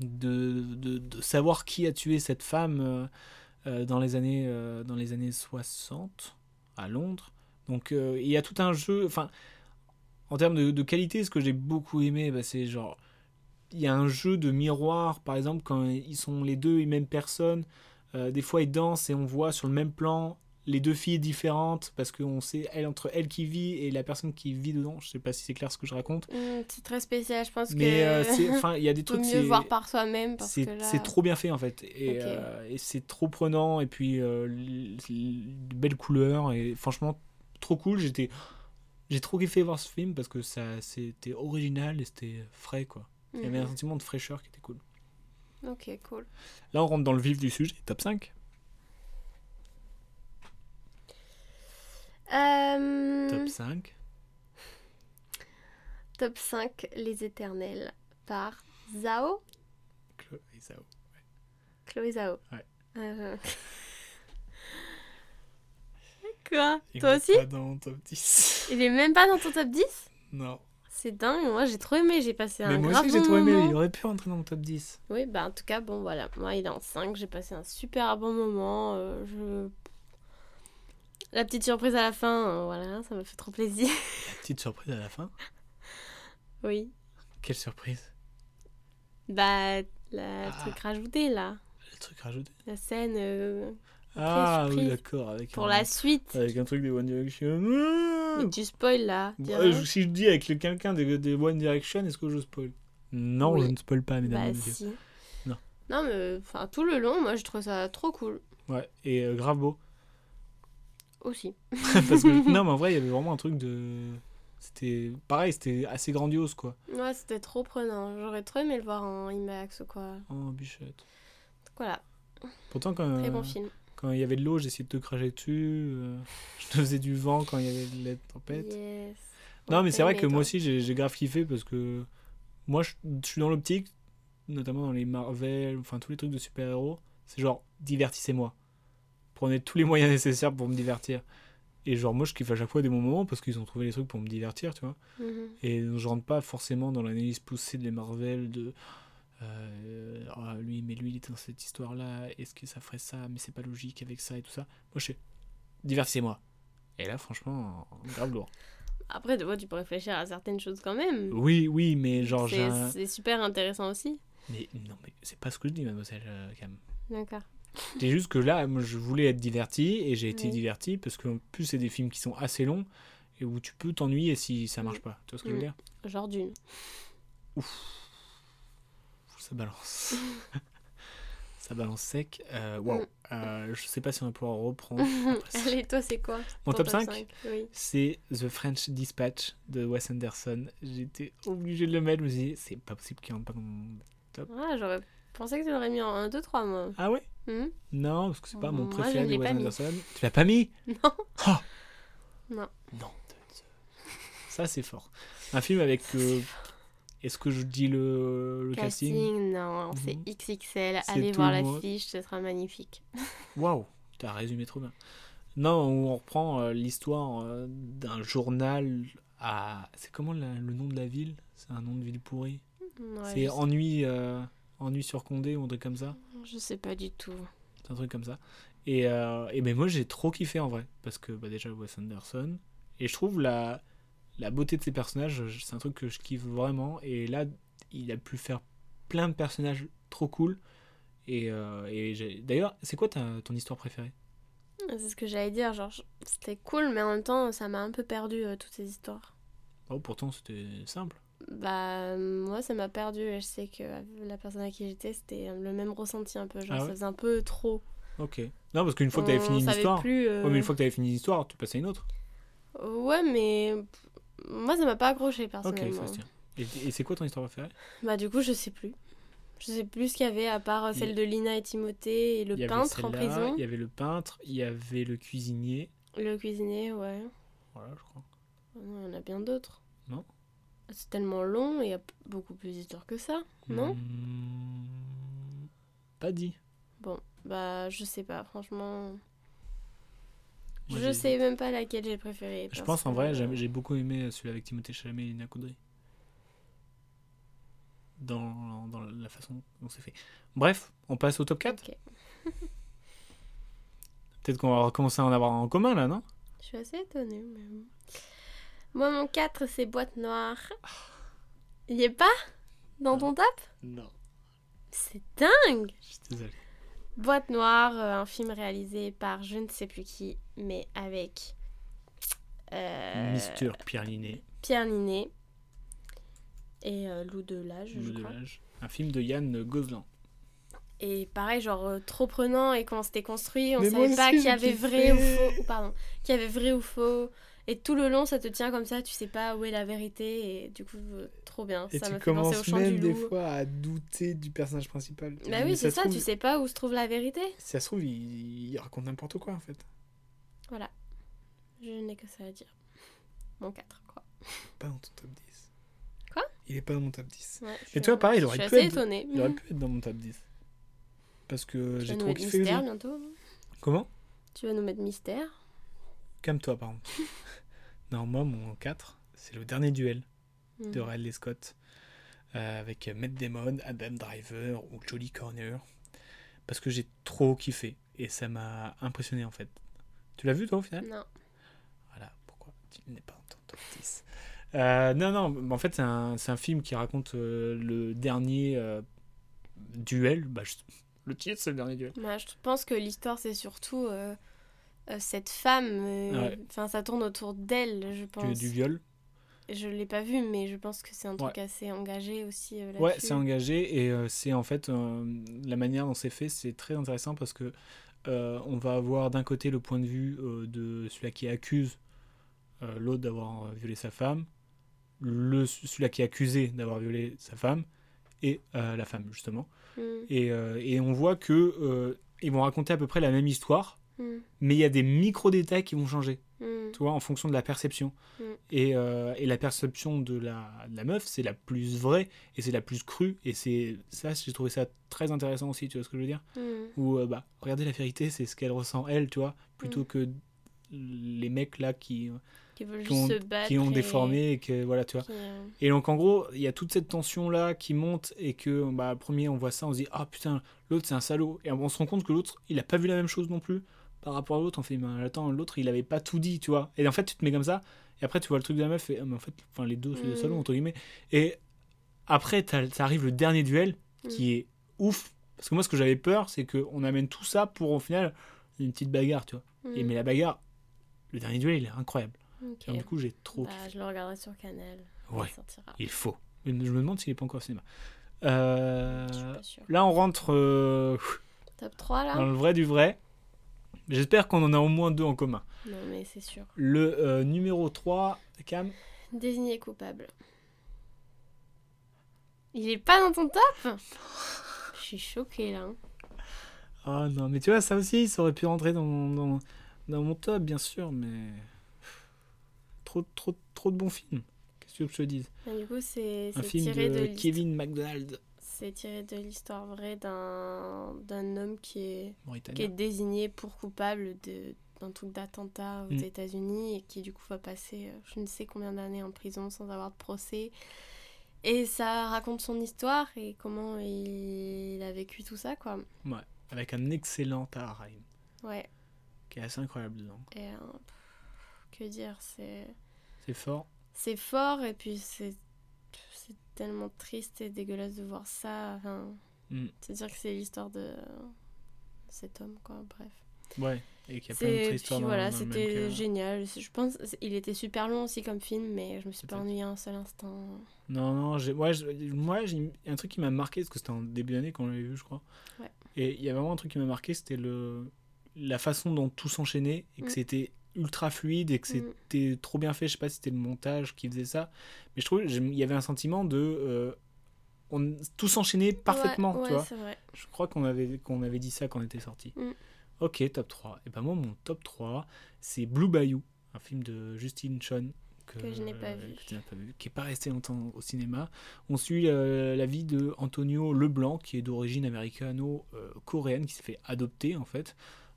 Speaker 8: de, de, de savoir qui a tué cette femme euh, euh, dans, les années, euh, dans les années 60 à Londres. Donc euh, il y a tout un jeu, enfin, en termes de, de qualité, ce que j'ai beaucoup aimé, bah, c'est genre, il y a un jeu de miroir, par exemple, quand ils sont les deux et même personne, euh, des fois ils dansent et on voit sur le même plan les deux filles différentes, parce qu'on sait, elle, entre elle qui vit et la personne qui vit dedans, je sais pas si c'est clair ce que je raconte.
Speaker 9: Mm, C'est très spécial, je pense
Speaker 8: Mais euh, c'est-
Speaker 9: que.
Speaker 8: enfin, il y a des
Speaker 9: Vaut
Speaker 8: trucs.
Speaker 9: mieux
Speaker 8: c'est-
Speaker 9: voir par soi-même parce que
Speaker 8: C'est
Speaker 9: là.
Speaker 8: c'est trop bien fait en fait. Et,
Speaker 9: Ok.
Speaker 8: euh, et c'est trop prenant. Et puis, euh, l- l- belles couleurs. Et franchement, trop cool. J'étais. J'ai trop kiffé voir ce film parce que ça c'était original et c'était frais quoi. Il y avait un
Speaker 9: Mhm.
Speaker 8: sentiment de fraîcheur qui était cool.
Speaker 9: Ok, cool.
Speaker 8: Là on rentre dans le vif du sujet, top 5.
Speaker 9: Euh,
Speaker 8: Top 5.
Speaker 9: top 5, Les Éternels par Zao.
Speaker 8: Chloé Zhao.
Speaker 9: Chloé Zao.
Speaker 8: Ouais.
Speaker 9: Euh, Quoi
Speaker 8: Il
Speaker 9: Toi
Speaker 8: est
Speaker 9: aussi
Speaker 8: pas dans mon top 10.
Speaker 9: Il est même pas dans ton top 10
Speaker 8: non.
Speaker 9: C'est dingue, moi j'ai trop aimé, j'ai passé
Speaker 8: Mais
Speaker 9: un
Speaker 8: moi
Speaker 9: grave
Speaker 8: aussi j'ai
Speaker 9: bon
Speaker 8: trop aimé,
Speaker 9: moment.
Speaker 8: il aurait pu rentrer dans mon top 10.
Speaker 9: Oui, bah en tout cas, bon voilà, moi il est en 5, j'ai passé un super bon moment. euh, je... La petite surprise à la fin, euh, voilà, ça m'a fait trop plaisir.
Speaker 8: La petite surprise à la fin.
Speaker 9: oui,
Speaker 8: Quelle surprise.
Speaker 9: bah la
Speaker 8: Ah.
Speaker 9: truc rajouté là,
Speaker 8: Le truc rajouté.
Speaker 9: la scène euh,
Speaker 8: Ah oui,
Speaker 9: surprise.
Speaker 8: d'accord. Avec
Speaker 9: pour
Speaker 8: un-
Speaker 9: la suite.
Speaker 8: Avec un truc des One Direction.
Speaker 9: Mais tu spoil là,
Speaker 8: Ouais,
Speaker 9: direct.
Speaker 8: je- si je dis avec le- quelqu'un des, des One Direction, est-ce que je spoil Non,
Speaker 9: Oui.
Speaker 8: je ne spoil pas, mesdames
Speaker 9: Bah
Speaker 8: et messieurs.
Speaker 9: si.
Speaker 8: Non.
Speaker 9: Non, mais enfin, tout le long, moi, je trouve ça trop cool
Speaker 8: Ouais, et euh, grave beau.
Speaker 9: aussi.
Speaker 8: Parce que, non, mais en vrai, il y avait vraiment un truc de. C'était pareil, c'était assez grandiose quoi.
Speaker 9: Ouais, c'était trop prenant. J'aurais trop aimé le voir en IMAX ou quoi.
Speaker 8: Oh, bichette.
Speaker 9: Donc, voilà,
Speaker 8: Pourtant, quand,
Speaker 9: très bon film.
Speaker 8: quand il y avait de l'eau, j'essayais de te cracher dessus. euh, je te faisais du vent quand il y avait de la tempête.
Speaker 9: Yes.
Speaker 8: Non,
Speaker 9: Ouais,
Speaker 8: mais c'est
Speaker 9: t'as
Speaker 8: vrai
Speaker 9: aimé,
Speaker 8: que moi
Speaker 9: toi.
Speaker 8: aussi, j'ai j'ai grave kiffé parce que moi, je, je suis dans l'optique, notamment dans les Marvel, enfin tous les trucs de super-héros, c'est genre divertissez-moi. Prenez tous les moyens nécessaires pour me divertir. Et genre, moi, je kiffe à chaque fois des bons moments parce qu'ils ont trouvé les trucs pour me divertir, tu vois.
Speaker 9: Mhm.
Speaker 8: Et je rentre pas forcément dans l'analyse poussée des Marvel de. euh, Ah, lui, mais lui, il est dans cette histoire-là, est-ce que ça ferait ça Mais c'est pas logique avec ça et tout ça. Moi, je suis. Divertissez-moi. Et là, franchement, grave lourd.
Speaker 9: Après, de vois, tu peux réfléchir à certaines choses quand même.
Speaker 8: Oui, oui, mais genre, j'ai
Speaker 9: C'est
Speaker 8: un-
Speaker 9: c'est super intéressant aussi.
Speaker 8: Mais non, mais c'est pas ce que je dis, mademoiselle euh, Cam.
Speaker 9: D'accord.
Speaker 8: C'est juste que là, moi, je voulais être diverti et j'ai été
Speaker 9: Oui.
Speaker 8: diverti parce qu'en plus, c'est des films qui sont assez longs et où tu peux t'ennuyer si ça marche pas. Tu vois ce que je veux
Speaker 9: Mm.
Speaker 8: dire
Speaker 9: Genre d'une.
Speaker 8: Ça balance. ça balance sec. Euh, Waouh.
Speaker 9: Mm.
Speaker 8: Euh, je sais pas si on va pouvoir reprendre. après ça.
Speaker 9: Allez, toi, c'est quoi
Speaker 8: Mon
Speaker 9: ton
Speaker 8: top 5?
Speaker 9: Oui.
Speaker 8: C'est The French Dispatch de Wes Anderson. J'étais obligé de le mettre. Je me suis dit, c'est pas possible qu'il rentre pas dans mon top.
Speaker 9: Ah, j'aurais pensé que tu l'aurais mis en 1, 2, 3, moi.
Speaker 8: Ah ouais
Speaker 9: Mhm.
Speaker 8: Non, parce que c'est pas mon
Speaker 9: Moi, je
Speaker 8: préféré
Speaker 9: ne
Speaker 8: de
Speaker 9: l'ai
Speaker 8: Wes
Speaker 9: pas mis.
Speaker 8: Anderson. Tu l'as pas mis
Speaker 9: Non.
Speaker 8: Ah
Speaker 9: Non.
Speaker 8: Non. Ça, c'est fort. Un film avec.
Speaker 9: Ça,
Speaker 8: euh, Est-ce que je dis le, le
Speaker 9: Casting,
Speaker 8: casting
Speaker 9: non, c'est
Speaker 8: Mhm.
Speaker 9: XXL.
Speaker 8: C'est
Speaker 9: Allez
Speaker 8: tout
Speaker 9: voir
Speaker 8: le
Speaker 9: la
Speaker 8: monde.
Speaker 9: fiche, ce sera magnifique.
Speaker 8: Waouh T'as résumé trop bien. Non, on reprend euh, l'histoire euh, d'un journal à. C'est comment la- le nom de la ville C'est un nom de ville pourrie
Speaker 9: Ouais,
Speaker 8: C'est
Speaker 9: je, sais-
Speaker 8: Ennui, euh, Ennui sur Condé ou un truc comme ça
Speaker 9: je sais pas du tout.
Speaker 8: C'est un truc comme ça. Et, euh, et ben moi j'ai trop kiffé en vrai. Parce que bah, déjà Wes Anderson. Et je trouve la, la beauté de ses personnages, je- c'est un truc que je kiffe vraiment. Et là, il a pu faire plein de personnages trop cool. Et, euh, et j'ai- d'ailleurs, c'est quoi ta- ton histoire préférée
Speaker 9: C'est ce que j'allais dire, genre je- c'était cool, mais en même temps ça m'a un peu perdu euh, toutes ces histoires.
Speaker 8: Oh, pourtant c'était simple.
Speaker 9: Bah moi ça m'a perdu et je sais que euh, la personne à qui j'étais c'était euh, le même ressenti un peu, genre
Speaker 8: Ah
Speaker 9: ça
Speaker 8: ouais
Speaker 9: faisait un peu trop.
Speaker 8: Ok. Non, parce qu'une fois que t'avais
Speaker 9: On
Speaker 8: fini une
Speaker 9: savait
Speaker 8: histoire.
Speaker 9: plus, euh,
Speaker 8: Ouais, mais une fois que t'avais fini une histoire, tu passais à une autre.
Speaker 9: Ouais mais pff, moi ça m'a pas accroché
Speaker 8: Ok,
Speaker 9: personnellement.
Speaker 8: ça se tient. Et, et c'est quoi ton histoire préférée
Speaker 9: bah du coup je sais plus. Je sais plus ce qu'il y avait à part euh, celle de Lina et Timothée et le
Speaker 8: Il y avait
Speaker 9: peintre en
Speaker 8: celle-là,
Speaker 9: prison,
Speaker 8: Il y avait le peintre, il y avait le cuisinier.
Speaker 9: le cuisinier, ouais.
Speaker 8: Voilà, je crois.
Speaker 9: Non, Il y en a bien d'autres. Ah,
Speaker 8: Non.
Speaker 9: C'est tellement long et il y a p- beaucoup plus d'histoires que ça, non
Speaker 8: Hmm, Pas dit.
Speaker 9: Bon, bah je sais pas, franchement.
Speaker 8: Moi,
Speaker 9: je
Speaker 8: j'ai-
Speaker 9: sais même pas laquelle j'ai préférée.
Speaker 8: Je
Speaker 9: parce
Speaker 8: pense en
Speaker 9: que- euh,
Speaker 8: vrai, j'aime- j'ai beaucoup aimé celui avec Timothée Chalamet et Lina Coudray. Dans, dans la façon dont c'est fait. Bref, on passe au top 4.
Speaker 9: Ok.
Speaker 8: Peut-être qu'on va recommencer à en avoir en commun là, non
Speaker 9: Je suis assez étonnée. Mais... bon. Moi, mon 4, c'est boîte noire. Il y est pas Dans ton top
Speaker 8: Non.
Speaker 9: C'est dingue
Speaker 8: Je suis désolé.
Speaker 9: Boîte noire, euh, un film réalisé par je ne sais plus qui, mais avec. euh,
Speaker 8: Mister Pierre Linet,
Speaker 9: Pierre Ninet. Et euh, Lou Delage, je
Speaker 8: Loup de
Speaker 9: crois.
Speaker 8: l'âge. Un film de Yann Gozlan.
Speaker 9: Et pareil, genre euh, trop prenant et comment c'était construit, on
Speaker 8: Mais moi
Speaker 9: savait pas
Speaker 8: aussi,
Speaker 9: qu'il y
Speaker 8: j'ai
Speaker 9: avait
Speaker 8: kiffé.
Speaker 9: vrai ou faux, ou pardon, qu'il y avait vrai ou faux. Et tout le long, ça te tient comme ça, tu sais pas où est la vérité et du coup, euh, trop bien. ça m'a fait penser au chant du loup.
Speaker 8: fois à douter du personnage principal.
Speaker 9: Bah oui, c'est ça, tu sais pas où se trouve la vérité.
Speaker 8: ça se trouve, il, raconte n'importe quoi en fait.
Speaker 9: Voilà. Je n'ai que ça à dire. Mon 4, quoi.
Speaker 8: Pas dans ton top 10.
Speaker 9: Quoi
Speaker 8: Il est pas dans mon top 10.
Speaker 9: Ouais, je
Speaker 8: Mais
Speaker 9: suis-
Speaker 8: toi, pareil, il
Speaker 9: Je
Speaker 8: aurait
Speaker 9: suis
Speaker 8: pu
Speaker 9: assez
Speaker 8: être-
Speaker 9: étonnée.
Speaker 8: Il aurait pu être dans mon top 10. Parce que
Speaker 9: Tu vas
Speaker 8: j'ai
Speaker 9: nous
Speaker 8: trop
Speaker 9: mettre
Speaker 8: kiffé. le
Speaker 9: mystère
Speaker 8: jeu.
Speaker 9: bientôt. hein.
Speaker 8: Comment
Speaker 9: Tu vas nous mettre mystère.
Speaker 8: Calme-toi, par contre. non, moi, mon 4, c'est le dernier duel
Speaker 9: Mhm.
Speaker 8: de Ridley Scott. euh, avec Matt Damon, Adam Driver ou Jodie Corner. Parce que j'ai trop kiffé. Et ça m'a impressionné, en fait. Tu l'as vu, toi, au final
Speaker 9: Non.
Speaker 8: Voilà, pourquoi tu n'es pas dans ton top 10. Euh, non, non, mais en fait, c'est un, c'est un film qui raconte euh, le dernier euh, duel. Bah, je- Le titre, c'est le dernier duel.
Speaker 9: Moi, Bah, je pense que l'histoire, c'est surtout euh, euh, cette femme. euh,
Speaker 8: Ouais.
Speaker 9: Enfin, ça tourne autour d'elle, je
Speaker 8: Du,
Speaker 9: pense.
Speaker 8: du viol.
Speaker 9: je l'ai pas vu, mais je pense que c'est un truc assez engagé aussi. euh,
Speaker 8: Ouais,
Speaker 9: là-dessus.
Speaker 8: c'est engagé et euh, c'est en fait euh, la manière dont c'est fait, c'est très intéressant parce que euh, on va avoir d'un côté le point de vue euh, de celui qui accuse euh, l'autre d'avoir euh, violé sa femme, le celui qui est accusé d'avoir violé sa femme et euh, la femme justement.
Speaker 9: Mm,
Speaker 8: Et, euh, et on voit que euh, ils vont raconter à peu près la même histoire,
Speaker 9: mm,
Speaker 8: mais il y a des micro détails qui vont changer
Speaker 9: mm.
Speaker 8: tu vois, en fonction de la perception.
Speaker 9: Mm.
Speaker 8: Et, euh, et la perception de la, de la meuf, c'est la plus vraie et c'est la plus crue. Et c'est ça, j'ai trouvé ça très intéressant aussi, tu vois ce que je veux dire
Speaker 9: Mm.
Speaker 8: Ou, euh, bah, regardez la vérité, c'est ce qu'elle ressent elle, tu vois, plutôt
Speaker 9: Mm.
Speaker 8: que les mecs là qui,
Speaker 9: Qui veulent
Speaker 8: qui
Speaker 9: juste
Speaker 8: ont,
Speaker 9: se battre.
Speaker 8: qui ont
Speaker 9: et-
Speaker 8: déformé et que, voilà, tu vois.
Speaker 9: qui, euh,
Speaker 8: Et donc en gros, il y a toute cette tension là qui monte et que bah premier on voit ça, on se dit ah putain l'autre c'est un salaud et on se rend compte que l'autre il a pas vu la même chose non plus par rapport à l'autre on fait mais attends l'autre il avait pas tout dit tu vois et en fait tu te mets comme ça et après tu vois le truc de la meuf et Ah, mais en fait enfin les deux c'est des
Speaker 9: Mm.
Speaker 8: salauds entre guillemets et après t'as- ça arrive le dernier duel
Speaker 9: Mm.
Speaker 8: qui est ouf parce que moi ce que j'avais peur c'est que on amène tout ça pour au final une petite bagarre tu vois et
Speaker 9: mm,
Speaker 8: mais la bagarre le dernier duel il est incroyable
Speaker 9: ok.
Speaker 8: Et donc, du coup j'ai trop
Speaker 9: Bah,
Speaker 8: kiffé.
Speaker 9: je le regarderai sur Canal.
Speaker 8: Ouais.
Speaker 9: Ça sortira.
Speaker 8: Il faut. Je me demande s'il est pas encore au cinéma. Euh,
Speaker 9: Je suis pas sûre.
Speaker 8: Là, on rentre euh,
Speaker 9: Top 3 là
Speaker 8: dans le vrai du vrai. J'espère qu'on en a au moins deux en commun.
Speaker 9: Non, mais c'est sûr.
Speaker 8: Le euh, numéro 3, Cam.
Speaker 9: Désigné coupable. Il est pas dans ton top Je suis choquée là. hein.
Speaker 8: Ah non, mais tu vois, ça aussi, ça aurait pu rentrer dans mon, dans, dans mon top, bien sûr, mais. Trop, trop, trop de bons films. Qu'est-ce que tu veux que je te dise
Speaker 9: Bah, du coup, c'est
Speaker 8: Un
Speaker 9: c'est
Speaker 8: film
Speaker 9: tiré de,
Speaker 8: de,
Speaker 9: l'hist-
Speaker 8: Kevin McDonald.
Speaker 9: C'est tiré de l'histoire vraie d'un d'un homme qui est, qui est
Speaker 8: Mauritanien.
Speaker 9: désigné pour coupable de- d'un truc d'attentat aux
Speaker 8: Mm.
Speaker 9: États-Unis et qui du coup va passer euh, je ne sais combien d'années en prison sans avoir de procès. Et ça raconte son histoire et comment il a vécu tout ça quoi.
Speaker 8: Avec un excellent Tara Reid,
Speaker 9: Ouais.
Speaker 8: qui est assez incroyable dedans.
Speaker 9: Et euh, pff, que dire, c'est
Speaker 8: C'est fort.
Speaker 9: c'est fort et puis c'est c'est tellement triste et dégueulasse de voir ça. Enfin,
Speaker 8: Mm.
Speaker 9: C'est-à-dire que c'est l'histoire de cet homme, quoi. Bref.
Speaker 8: Ouais. Et qu'il y a plein
Speaker 9: C'est-
Speaker 8: d'autres
Speaker 9: puis
Speaker 8: histoires dans-
Speaker 9: voilà,
Speaker 8: dans le même
Speaker 9: c'était
Speaker 8: que-
Speaker 9: génial. Je pense c'est- il était super long aussi comme film, mais je me suis pas
Speaker 8: Peut-être.
Speaker 9: ennuyée un seul instant.
Speaker 8: Non, non, j'ai- ouais, je- moi, j'ai un truc qui m'a marqué, parce que c'était en début d'année qu'on l'avait vu, je crois.
Speaker 9: Ouais.
Speaker 8: Et il y a vraiment un truc qui m'a marqué, c'était le la façon dont tout s'enchaînait, et que
Speaker 9: Mm.
Speaker 8: c'était ultra fluide, et que
Speaker 9: Mm.
Speaker 8: c'était trop bien fait. Je sais pas si c'était le montage qui faisait ça, mais je trouve j'aime- il y avait un sentiment de... euh, on, tout s'enchaînait parfaitement,
Speaker 9: ouais,
Speaker 8: tu vois.
Speaker 9: c'est vrai.
Speaker 8: Je crois qu'on avait, qu'on avait dit ça quand on était sorti.
Speaker 9: Mm.
Speaker 8: Ok, top 3. Et ben moi, mon top 3, c'est Blue Bayou, un film de Justine Chon.
Speaker 9: Que je n'ai pas vu.
Speaker 8: que tu n'as pas vu, qui n'est pas resté longtemps au cinéma. On suit euh, la vie de Antonio Leblanc, qui est d'origine américano-coréenne, qui s'est fait adopter, en fait,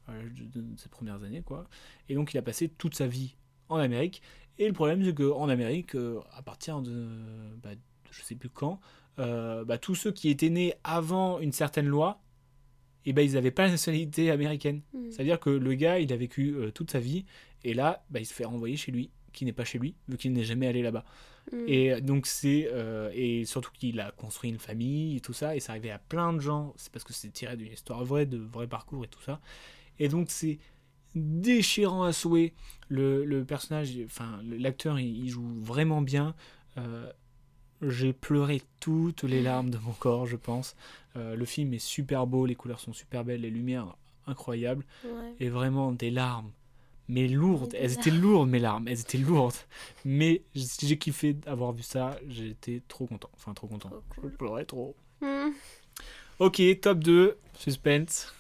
Speaker 8: à l'âge de, de- de ses premières années, quoi. Et donc, il a passé toute sa vie en Amérique. Et le problème, c'est qu'en Amérique, euh, à partir de, bah, de je sais plus quand, euh, bah, tous ceux qui étaient nés avant une certaine loi, eh ben, ils n'avaient pas la nationalité américaine.
Speaker 9: Mm.
Speaker 8: C'est-à-dire que le gars, il a vécu euh, toute sa vie, et là, bah, il se fait renvoyer chez lui, qui n'est pas chez lui, vu qu'il n'est jamais allé là-bas.
Speaker 9: Mm.
Speaker 8: Et donc c'est euh, et surtout qu'il a construit une famille et tout ça et c'est arrivé à plein de gens. C'est parce que c'est tiré d'une histoire vraie, de vrai parcours et tout ça. Et donc c'est déchirant à souhait. Le, le personnage, enfin le- l'acteur, il, il joue vraiment bien. Euh, j'ai pleuré toutes les larmes de mon corps, je pense. Euh, le film est super beau, les couleurs sont super belles, les lumières incroyables
Speaker 9: Ouais.
Speaker 8: et vraiment des larmes, mais lourdes.
Speaker 9: Des
Speaker 8: Elles étaient lourdes, mes larmes, elles étaient lourdes. Mais j- j'ai kiffé d'avoir vu ça, j'étais trop content. Enfin, trop content.
Speaker 9: Trop
Speaker 8: Je
Speaker 9: cool.
Speaker 8: pleurais trop.
Speaker 9: Mm.
Speaker 8: Ok, top 2, suspense.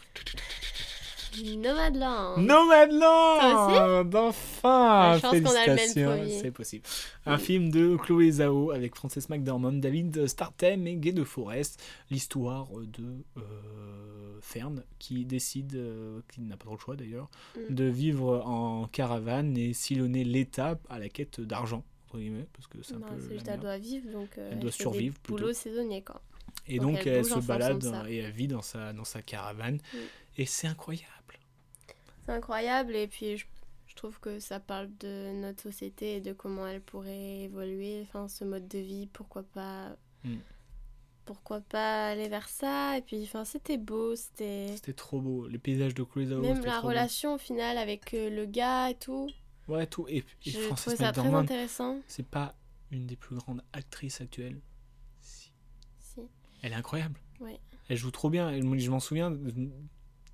Speaker 9: Nomadland. Bah,
Speaker 8: Nomadland
Speaker 9: Ah,
Speaker 8: D'enfin
Speaker 9: je pense qu'on a le même
Speaker 8: Félicitations,
Speaker 9: premier.
Speaker 8: c'est possible. Un film de Chloé Zhao avec Frances McDormand, David Startem et Guy de Forest. L'histoire de euh, Fern qui décide, euh, qui n'a pas trop le choix d'ailleurs,
Speaker 9: Mm.
Speaker 8: de vivre en caravane et sillonner l'État à la quête d'argent, entre guillemets, parce que c'est un
Speaker 9: Non,
Speaker 8: peu.
Speaker 9: Bah, c'est
Speaker 8: la
Speaker 9: juste elle
Speaker 8: merde.
Speaker 9: doit vivre donc euh,
Speaker 8: Elle doit
Speaker 9: fait des
Speaker 8: survivre, plutôt.
Speaker 9: Boulot saisonnier quoi.
Speaker 8: Et
Speaker 9: Donc,
Speaker 8: donc,
Speaker 9: elle
Speaker 8: elle,
Speaker 9: bouge en
Speaker 8: se
Speaker 9: fonction de
Speaker 8: balade
Speaker 9: ça.
Speaker 8: et elle vit dans sa, dans sa caravane.
Speaker 9: Mm.
Speaker 8: Et c'est incroyable.
Speaker 9: C'est incroyable et puis je, je trouve que ça parle de notre société et de comment elle pourrait évoluer, enfin ce mode de vie, pourquoi pas
Speaker 8: Mm.
Speaker 9: pourquoi pas aller vers ça et puis enfin c'était beau, c'était
Speaker 8: C'était trop beau. Les paysages de Chloé Zhao.
Speaker 9: même
Speaker 8: c'était
Speaker 9: la
Speaker 8: trop beau.
Speaker 9: relation au final avec euh, le gars et tout,
Speaker 8: Ouais, tout. Et, et
Speaker 9: je
Speaker 8: Frances
Speaker 9: trouvais ça très
Speaker 8: McDormand,
Speaker 9: intéressant.
Speaker 8: c'est pas une des plus grandes actrices actuelles. Si.
Speaker 9: Si.
Speaker 8: Elle est incroyable.
Speaker 9: Ouais.
Speaker 8: Elle joue trop bien. Elle- je m'en souviens de,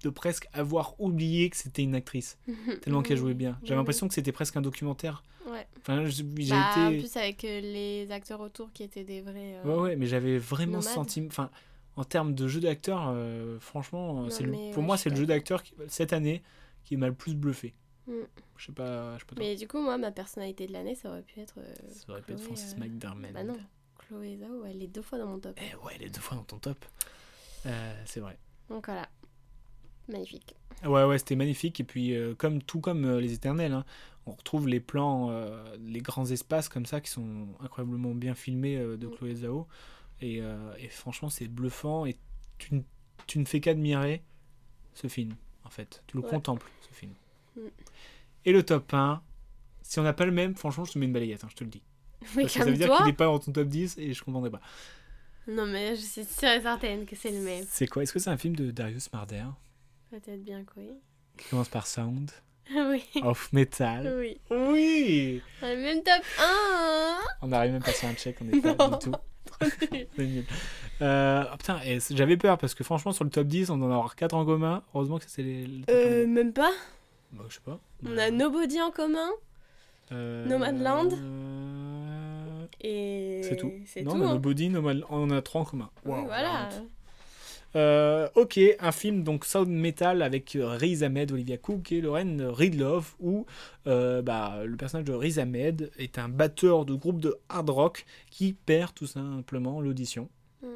Speaker 8: de presque avoir oublié que c'était une actrice. Tellement qu'elle jouait bien. J'avais
Speaker 9: Oui,
Speaker 8: l'impression que c'était presque un documentaire.
Speaker 9: Mm. Ouais.
Speaker 8: Enfin, je- j'ai
Speaker 9: Bah, En
Speaker 8: été.
Speaker 9: plus, avec euh, les acteurs autour qui étaient des vrais. euh,
Speaker 8: Ouais, ouais, mais j'avais vraiment ce
Speaker 9: nomade.
Speaker 8: sentiment. Enfin, en termes de jeu d'acteur, euh, franchement,
Speaker 9: Non,
Speaker 8: c'est le-
Speaker 9: mais
Speaker 8: pour
Speaker 9: ouais,
Speaker 8: moi,
Speaker 9: je suis
Speaker 8: c'est le jeu d'acteur qui- cette année qui m'a le plus bluffé.
Speaker 9: Mm.
Speaker 8: Je sais pas. Je sais pas toi.
Speaker 9: Mais du coup, moi, ma personnalité de l'année, ça aurait pu être. euh,
Speaker 8: Ça aurait pu être
Speaker 9: Chloé,
Speaker 8: Francis
Speaker 9: euh,
Speaker 8: McDormand.
Speaker 9: Bah non, Chloé Zhao, elle est deux fois dans mon top.
Speaker 8: Eh ouais, elle est deux fois dans ton top. Euh, c'est vrai.
Speaker 9: Donc voilà. Magnifique.
Speaker 8: Ouais, ouais, c'était magnifique. Et puis, euh, comme tout comme euh, les éternels, hein, on retrouve les plans, euh, les grands espaces comme ça qui sont incroyablement bien filmés euh, de
Speaker 9: Mm.
Speaker 8: Chloé Zhao. Et, euh, et franchement, c'est bluffant. Et tu, ne- tu ne fais qu'admirer ce film, en fait. Tu le
Speaker 9: Ouais.
Speaker 8: contemples, ce film.
Speaker 9: Mm.
Speaker 8: Et le top 1, si on n'a pas le même, franchement, je te mets une balayette, hein, je te le dis.
Speaker 9: Mais
Speaker 8: Parce que ça veut
Speaker 9: comme
Speaker 8: dire
Speaker 9: toi.
Speaker 8: qu'il n'est pas dans ton top 10 et je comprendrais pas.
Speaker 9: Non, mais je suis sûre et certaine que c'est le même.
Speaker 8: C'est quoi Est-ce que c'est un film de Darius Marder
Speaker 9: Peut-être bien que oui.
Speaker 8: qui commence par Sound Ah
Speaker 9: oui.
Speaker 8: Off Metal.
Speaker 9: Oui.
Speaker 8: Oui
Speaker 9: Dans le même top hein. 1
Speaker 8: On n'arrive même pas sur un check, on n'est pas
Speaker 9: Non.
Speaker 8: du tout. C'est nul. Euh, oh putain, et c- j'avais peur parce que franchement, sur le top 10, on en aura 4 en commun. Heureusement que c'est les. le top
Speaker 9: Euh, même pas.
Speaker 8: 1. Bah, je sais pas.
Speaker 9: On a Nobody en commun
Speaker 8: Euh,
Speaker 9: Nomadland.
Speaker 8: euh,
Speaker 9: et.
Speaker 8: C'est tout.
Speaker 9: C'est
Speaker 8: non,
Speaker 9: tout.
Speaker 8: on a
Speaker 9: hein.
Speaker 8: Nobody, Nomad- on en a 3 en commun.
Speaker 9: Oui,
Speaker 8: Waouh, la
Speaker 9: voilà.
Speaker 8: honte. Euh, ok, un film donc sound metal avec euh, Riz Ahmed, Olivia Cook et Lorraine Ridloff où euh, bah, le personnage de Riz Ahmed est un batteur de groupe de hard rock qui perd tout simplement l'audition.
Speaker 9: Mm.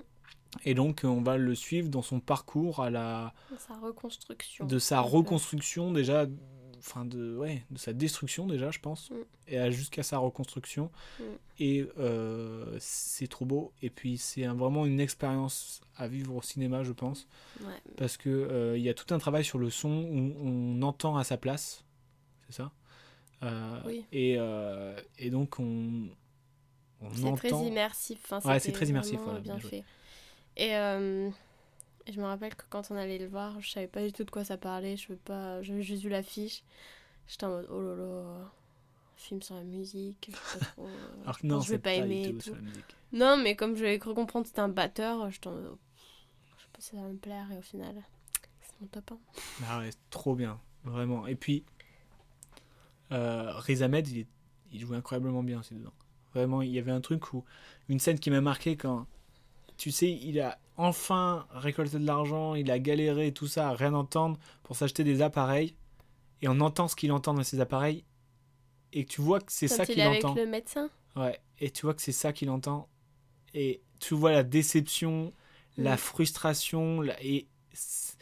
Speaker 8: Et donc euh, on va le suivre dans son parcours à la
Speaker 9: Sa reconstruction.
Speaker 8: de sa
Speaker 9: Un peu.
Speaker 8: reconstruction déjà, enfin de ouais de sa destruction déjà je pense
Speaker 9: Mm.
Speaker 8: et à- jusqu'à sa reconstruction
Speaker 9: Mm.
Speaker 8: et euh, c'est trop beau et puis c'est un- vraiment une expérience à vivre au cinéma je pense
Speaker 9: Ouais.
Speaker 8: parce que euh, il y a tout un travail sur le son où on entend à sa place, c'est ça Euh,
Speaker 9: Oui.
Speaker 8: et, euh, et donc on, on
Speaker 9: C'est
Speaker 8: entend.
Speaker 9: très immersif. Enfin,
Speaker 8: Ouais, c'est
Speaker 9: c'était
Speaker 8: très immersif,
Speaker 9: vraiment
Speaker 8: voilà,
Speaker 9: bien
Speaker 8: bien joué.
Speaker 9: fait. Et euh, je me rappelle que quand on allait le voir, je savais pas du tout de quoi ça parlait. Je veux pas. J'avais juste vu l'affiche. J'étais en mode oh là là, film sans la musique. Je sais pas trop. euh,
Speaker 8: Alors que
Speaker 9: je
Speaker 8: non,
Speaker 9: pense que je vais
Speaker 8: c'est
Speaker 9: pas
Speaker 8: du
Speaker 9: aimer. et
Speaker 8: tout sur
Speaker 9: tout.
Speaker 8: la musique.
Speaker 9: Non, mais comme je l'avais cru comprendre, c'était un batteur. J'étais en mode oh, je sais pas si ça va me plaire. Et au final, c'est mon top 1.
Speaker 8: Ah ouais, c'est trop bien, vraiment. Et puis euh, Riz Ahmed, il, est- il jouait incroyablement bien aussi dedans. Vraiment, il y avait un truc où une scène qui m'a marqué quand tu sais, il a enfin récolté de l'argent, il a galéré tout ça à rien entendre pour s'acheter des appareils et on entend ce qu'il entend dans ses appareils et que tu vois que c'est ça
Speaker 9: Quand il
Speaker 8: qu'il
Speaker 9: est avec
Speaker 8: entend.
Speaker 9: le médecin.
Speaker 8: Ouais, et tu vois que c'est ça qu'il entend. Et tu vois la déception, la
Speaker 9: Mm.
Speaker 8: frustration, la- et c-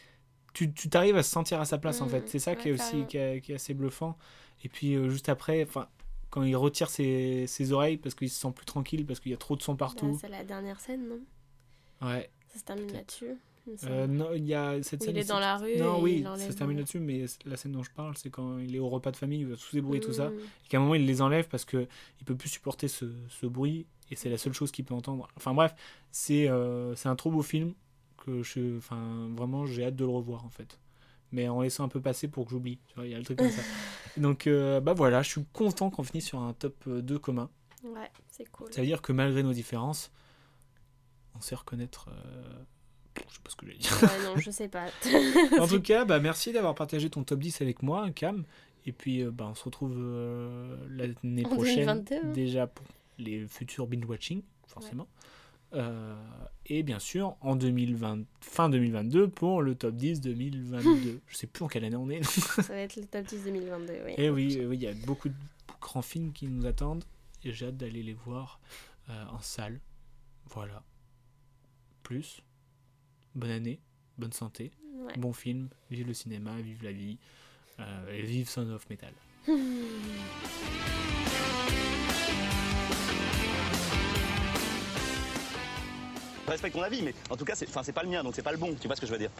Speaker 8: tu tu t'arrives à se sentir à sa place en
Speaker 9: Mm,
Speaker 8: fait. C'est ça
Speaker 9: ouais,
Speaker 8: qui est aussi
Speaker 9: carrément.
Speaker 8: qui est, qui est assez bluffant. Et puis euh, juste après, enfin, quand il retire ses, ses oreilles parce qu'il se sent plus tranquille, parce qu'il y a trop de son
Speaker 9: Bah,
Speaker 8: partout.
Speaker 9: c'est la dernière scène, non
Speaker 8: ouais.
Speaker 9: Ça se termine
Speaker 8: Peut-être.
Speaker 9: là-dessus. il me semble.
Speaker 8: Euh, non, il y a cette
Speaker 9: Où
Speaker 8: scène.
Speaker 9: il est dans
Speaker 8: aussi-
Speaker 9: la rue.
Speaker 8: Non,
Speaker 9: et
Speaker 8: oui,
Speaker 9: il
Speaker 8: ça
Speaker 9: enlève-
Speaker 8: se termine là-dessus, mais la scène dont je parle, c'est quand il est au repas de famille, il va tout débrouiller tout ça.
Speaker 9: Mm.
Speaker 8: et qu'à un moment il les enlève parce que il peut plus supporter ce, ce bruit et c'est la seule chose qu'il peut entendre. Enfin bref, c'est euh, c'est un trop beau film que je enfin vraiment j'ai hâte de le revoir en fait. Mais en laissant un peu passer pour que j'oublie. Tu vois, Il y a le truc comme ça. Donc euh, bah voilà, je suis content qu'on finisse sur un top 2 commun.
Speaker 9: Ouais, c'est cool.
Speaker 8: Ça veut dire que malgré nos différences, on sait reconnaître euh, je sais pas ce que j'allais dire.
Speaker 9: Ouais, non, je sais pas.
Speaker 8: En tout cas, bah, merci d'avoir partagé ton top 10 avec moi, Cam. Et puis, euh, bah, on se retrouve euh, l'année
Speaker 9: En
Speaker 8: prochaine
Speaker 9: 2022, hein.
Speaker 8: déjà pour les futurs binge-watching, forcément. Euh, et bien sûr, en 2020, fin 2022 pour le top 10 2022. Je sais plus en quelle année on est.
Speaker 9: ça va être le top 10 2022, oui.
Speaker 8: Et oui, eh oui, il y a beaucoup de grands films qui nous attendent et j'ai hâte d'aller les voir euh, en salle. Voilà. Plus, bonne année, bonne santé,
Speaker 9: Ouais.
Speaker 8: bon film, vive le cinéma, vive la vie, euh, et vive Son of Metal.
Speaker 1: Je respecte ton avis, mais en tout cas, c'est enfin, c'est pas le mien, donc c'est pas le bon. Tu vois ce que je veux dire